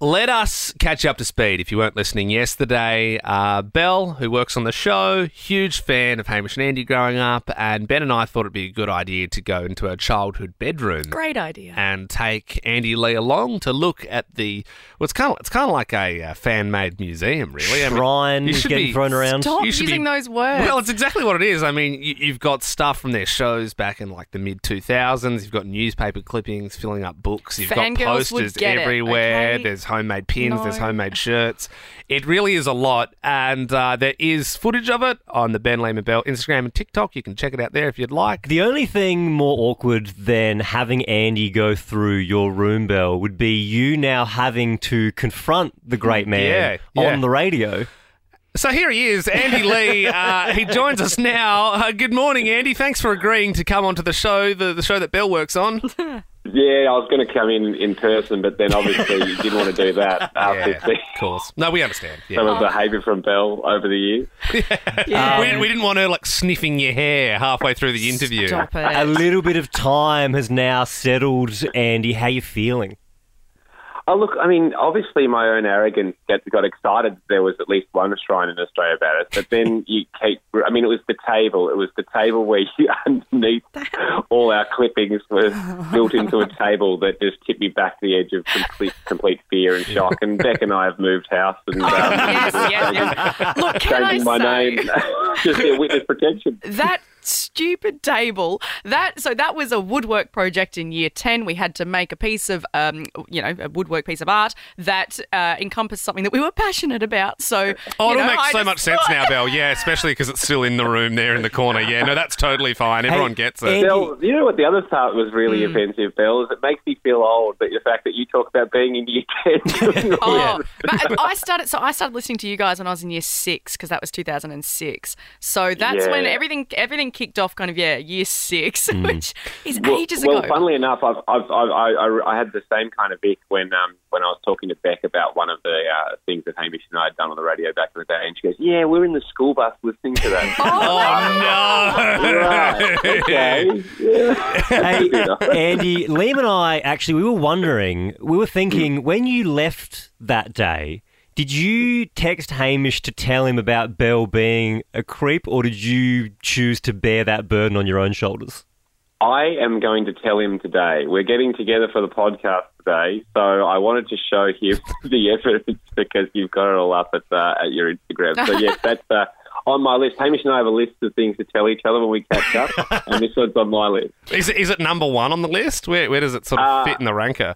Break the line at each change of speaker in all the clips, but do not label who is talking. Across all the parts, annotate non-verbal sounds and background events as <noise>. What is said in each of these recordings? let us catch up to speed. If you weren't listening yesterday, uh, Bell, who works on the show, huge fan of Hamish and Andy growing up, and Ben and I thought it'd be a good idea to go into her childhood bedroom
Great idea.
and take Andy Lee along to look at the. Well, it's kind of it's kind of like a uh, fan made museum, really. I mean,
Shrine
you
is
should
getting
be-
thrown around.
Stop
You should
using
be-
those words.
well, it's exactly what it is. I mean, you, you've got stuff from their shows back in like the mid 2000s. You've got newspaper clippings filling up books. You've got
Fangirls would
posters
get it,
everywhere.
okay?
There's homemade pins. There's
No.
homemade shirts. It really is a lot. And uh, there is footage of it on the Ben Lehman Bell Instagram and TikTok. You can check it out there if you'd like.
The only thing more awkward than having Andy go through your room bell would be you now having to confront the great man
yeah, yeah.
on the radio.
So here he is,
<laughs>
Andy Lee. Uh, he joins us now. Uh, good morning, Andy. Thanks for agreeing to come onto the show, the, the show that Bell works on.
Yeah, I was going to come in in person, but then obviously you didn't want to do that after seeing
of course. No, we understand. Yeah.
some
Oh.
of the behaviour from Bell over the years.
yeah.
we, we didn't want her like sniffing your hair halfway through the interview.
Um, Stop it.
A little bit of time has now settled, Andy. How you feeling?
Oh, look, I mean, obviously my own arrogance got, got excited that there was at least one shrine in Australia about it, but then you keep, I mean, it was the table. It was the table where you, <laughs> underneath all our clippings were
<laughs>
built into a table that just tipped me back to the edge of complete, complete fear and shock. And Beck and I have moved house and um,
Oh, yes,
<laughs>
yes, yes. Look, can I
changing my
say
name <laughs> just for witness protection.
that stupid table that so that was a woodwork project in year 10 we had to make a piece of um you know a woodwork piece of art that uh, encompassed something that we were passionate about so
Oh,
you
it'll
know,
make
I
so
just
much sense
thought-
now, Belle. Yeah, especially because it's still in the room there in the corner. Yeah, no, that's totally fine. Everyone gets it.
Andy,
Bill, you know what the other part was really
Hmm.
offensive, Bill, is it makes me feel old, but the fact that you talk about being in year <laughs> 10.
<laughs> Oh, but I started. So I started listening to you guys when I was in year six because that was 2006. So that's when
Yeah.
everything everything kicked off. Kind of yeah, year six, <laughs>
Mm.
which is ages
well,
ago.
funnily enough, I've, I've, I've, I, I, I had the same kind of ick when um, when I was talking to Beck about one of the uh, things that Hamish and I had done on the radio back in the day, and she goes, "Yeah, we're in the school bus listening to
<laughs>
that."
Oh,
<laughs> right.
no.
Okay. Yeah.
Hey,
Yeah.
Andy, Liam and I actually we were wondering, we were thinking when you left that day, did you text Hamish to tell him about Bell being a creep, or did you choose to bear that burden on your own shoulders?
I am going to tell him today. We're getting together for the podcast today, so I wanted to show him <laughs> the evidence because you've got it all up at, uh, at your Instagram. So yes, that's uh, on my list. Hamish and I have a list of things to tell each other when we catch up, and this one's on my list.
<laughs> Is it, is it number one on the list? Where, where does it sort of
Uh,
fit in the ranker?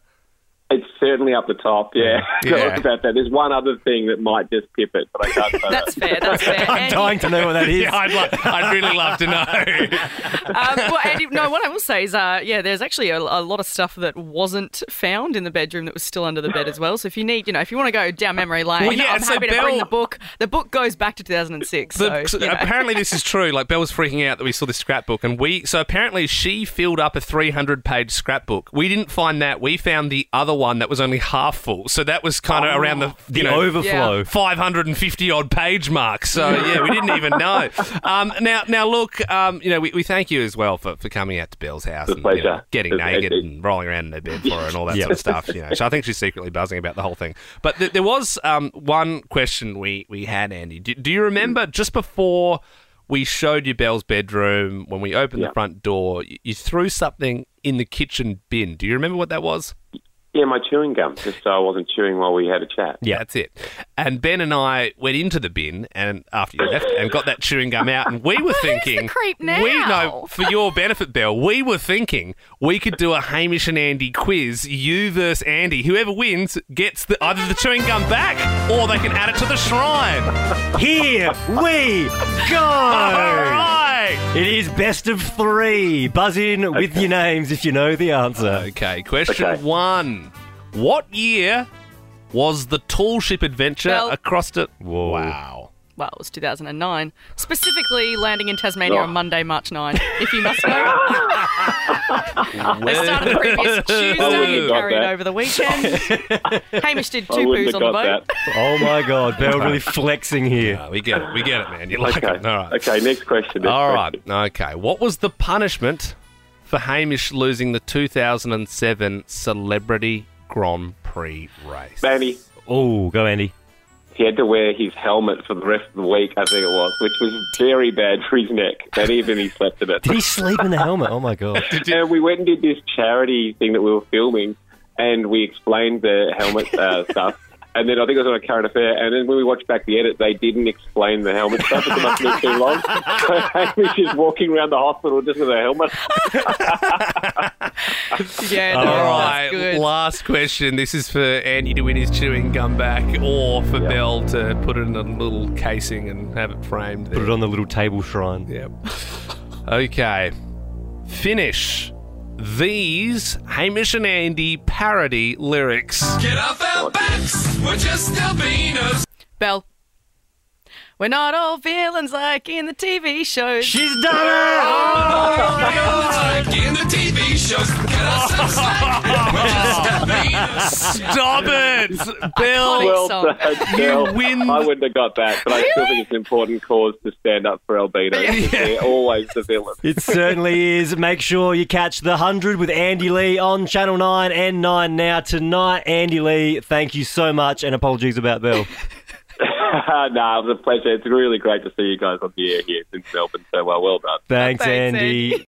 It's certainly up the top. Yeah, <laughs>
Yeah.
Sorry about that. There's one other thing that might just pip it, but I can't. Say that.
That's fair.
<laughs>
That's fair.
I'm
Andy-
dying to know what <laughs> that is.
Yeah, I'd, lo- I'd really love to know.
um, well, Andy, no, what I will say is, uh, yeah, there's actually a, a lot of stuff that wasn't found in the bedroom that was still under the bed as well. So if you need, you know, if you want to go down memory lane,
Well, yeah,
I'm
so
happy to bring
Bell-
the book. The book goes back to 2006.
The-
<laughs>
<laughs>
so,
so
you know.
apparently this is true. Like Belle was freaking out that we saw this scrapbook, and we so apparently she filled up a 300 page scrapbook. We didn't find that. We found the other one that was only half full. So that was kind of around
Oh,
the
The
you know,
overflow.
550 odd page mark. So yeah, we didn't even
<laughs>
know. Um, now, now look, um, you know, we, we thank you as well for, for coming out to Belle's house and you know,
pleasure.
getting
It's-
naked
it's-
and rolling around in her bed for her and all that
Yeah.
sort of stuff. You know, so I think she's secretly buzzing about the whole thing. But th- there was um, one question we we had, Andy. Do, do you remember just before? We showed you Belle's bedroom. When we opened the
Yeah.
front door, you, you threw something in the kitchen bin. Do you remember what that was?
Yeah, my chewing gum, just so I wasn't chewing while we had a chat.
Yeah.
That's it. And Ben and I went into the bin and after you left and got that chewing gum out and
<laughs>
we were thinking
creep
We
now?
know for your benefit, Bell, we were thinking we could do a Hamish and Andy quiz, you versus Andy. Whoever wins gets the, either the chewing gum back or they can add it to the shrine.
Here we <laughs> go.
Alright.
It is best of three. Buzz in with your names if you know the answer.
Okay, question
Okay.
one. What year was the tall ship adventure
Bell.
across the
Whoa.
Wow.
well, it was 2009. Specifically, landing in Tasmania
Oh.
on Monday, March 9. If you must know, they
<laughs>
started the previous Tuesday and
got
carried
that.
over the weekend.
<laughs>
Hamish did two
I wouldn't
poos
have
on the boat.
got that.
Oh my God, Bell really flexing here.
Uh, we get it. We get it, man. You like
Okay.
it. All right.
Okay. Next question. Next
All
question.
right. Okay. What was the punishment for Hamish losing the 2007 Celebrity Grand Prix? pre-race.
Manny,
Oh, go Andy.
he had to wear his helmet for the rest of the week, I think it was, which was very bad for his neck. And even he slept in it.
Did <laughs> he sleep in the helmet? Oh my god.
<laughs> And we went and did this charity thing that we were filming, and we explained the helmet uh, stuff. And then I think it was on a current affair. And then when we watched back the edit, they didn't explain the helmet stuff. It must have been too long. So <laughs> Hamish is walking around the hospital just with a helmet.
Yeah, no,
All right,
that's good.
last question. This is for Andy to win his chewing gum back, or for Belle to put it in a little casing and have it framed.
Put
There.
it on the little table shrine.
Yep. okay. Finish these Hamish and Andy parody lyrics.
Get off our backs, we're just albinos.
Bell. We're not all villains like in the TV shows. Oh,
She's done it! Oh,
Like in the TV shows, get us some slack, we're just
<laughs>
albinos.
Stop it, Bill.
Iconic.
<laughs> Well
song.
done, Bill.
win.
I wouldn't have got that, but I still think it's an important cause to stand up for albinos. because They're always the villain.
It certainly is. Make sure you catch The 100 with Andy Lee on Channel 9 and 9 now tonight. Andy Lee, thank you so much and apologies about <laughs> Bill.
<laughs> nah, it was a pleasure. It's really great to see you guys on the air here since Melbourne. So uh, well, well done.
Thanks,
Thanks,
Andy.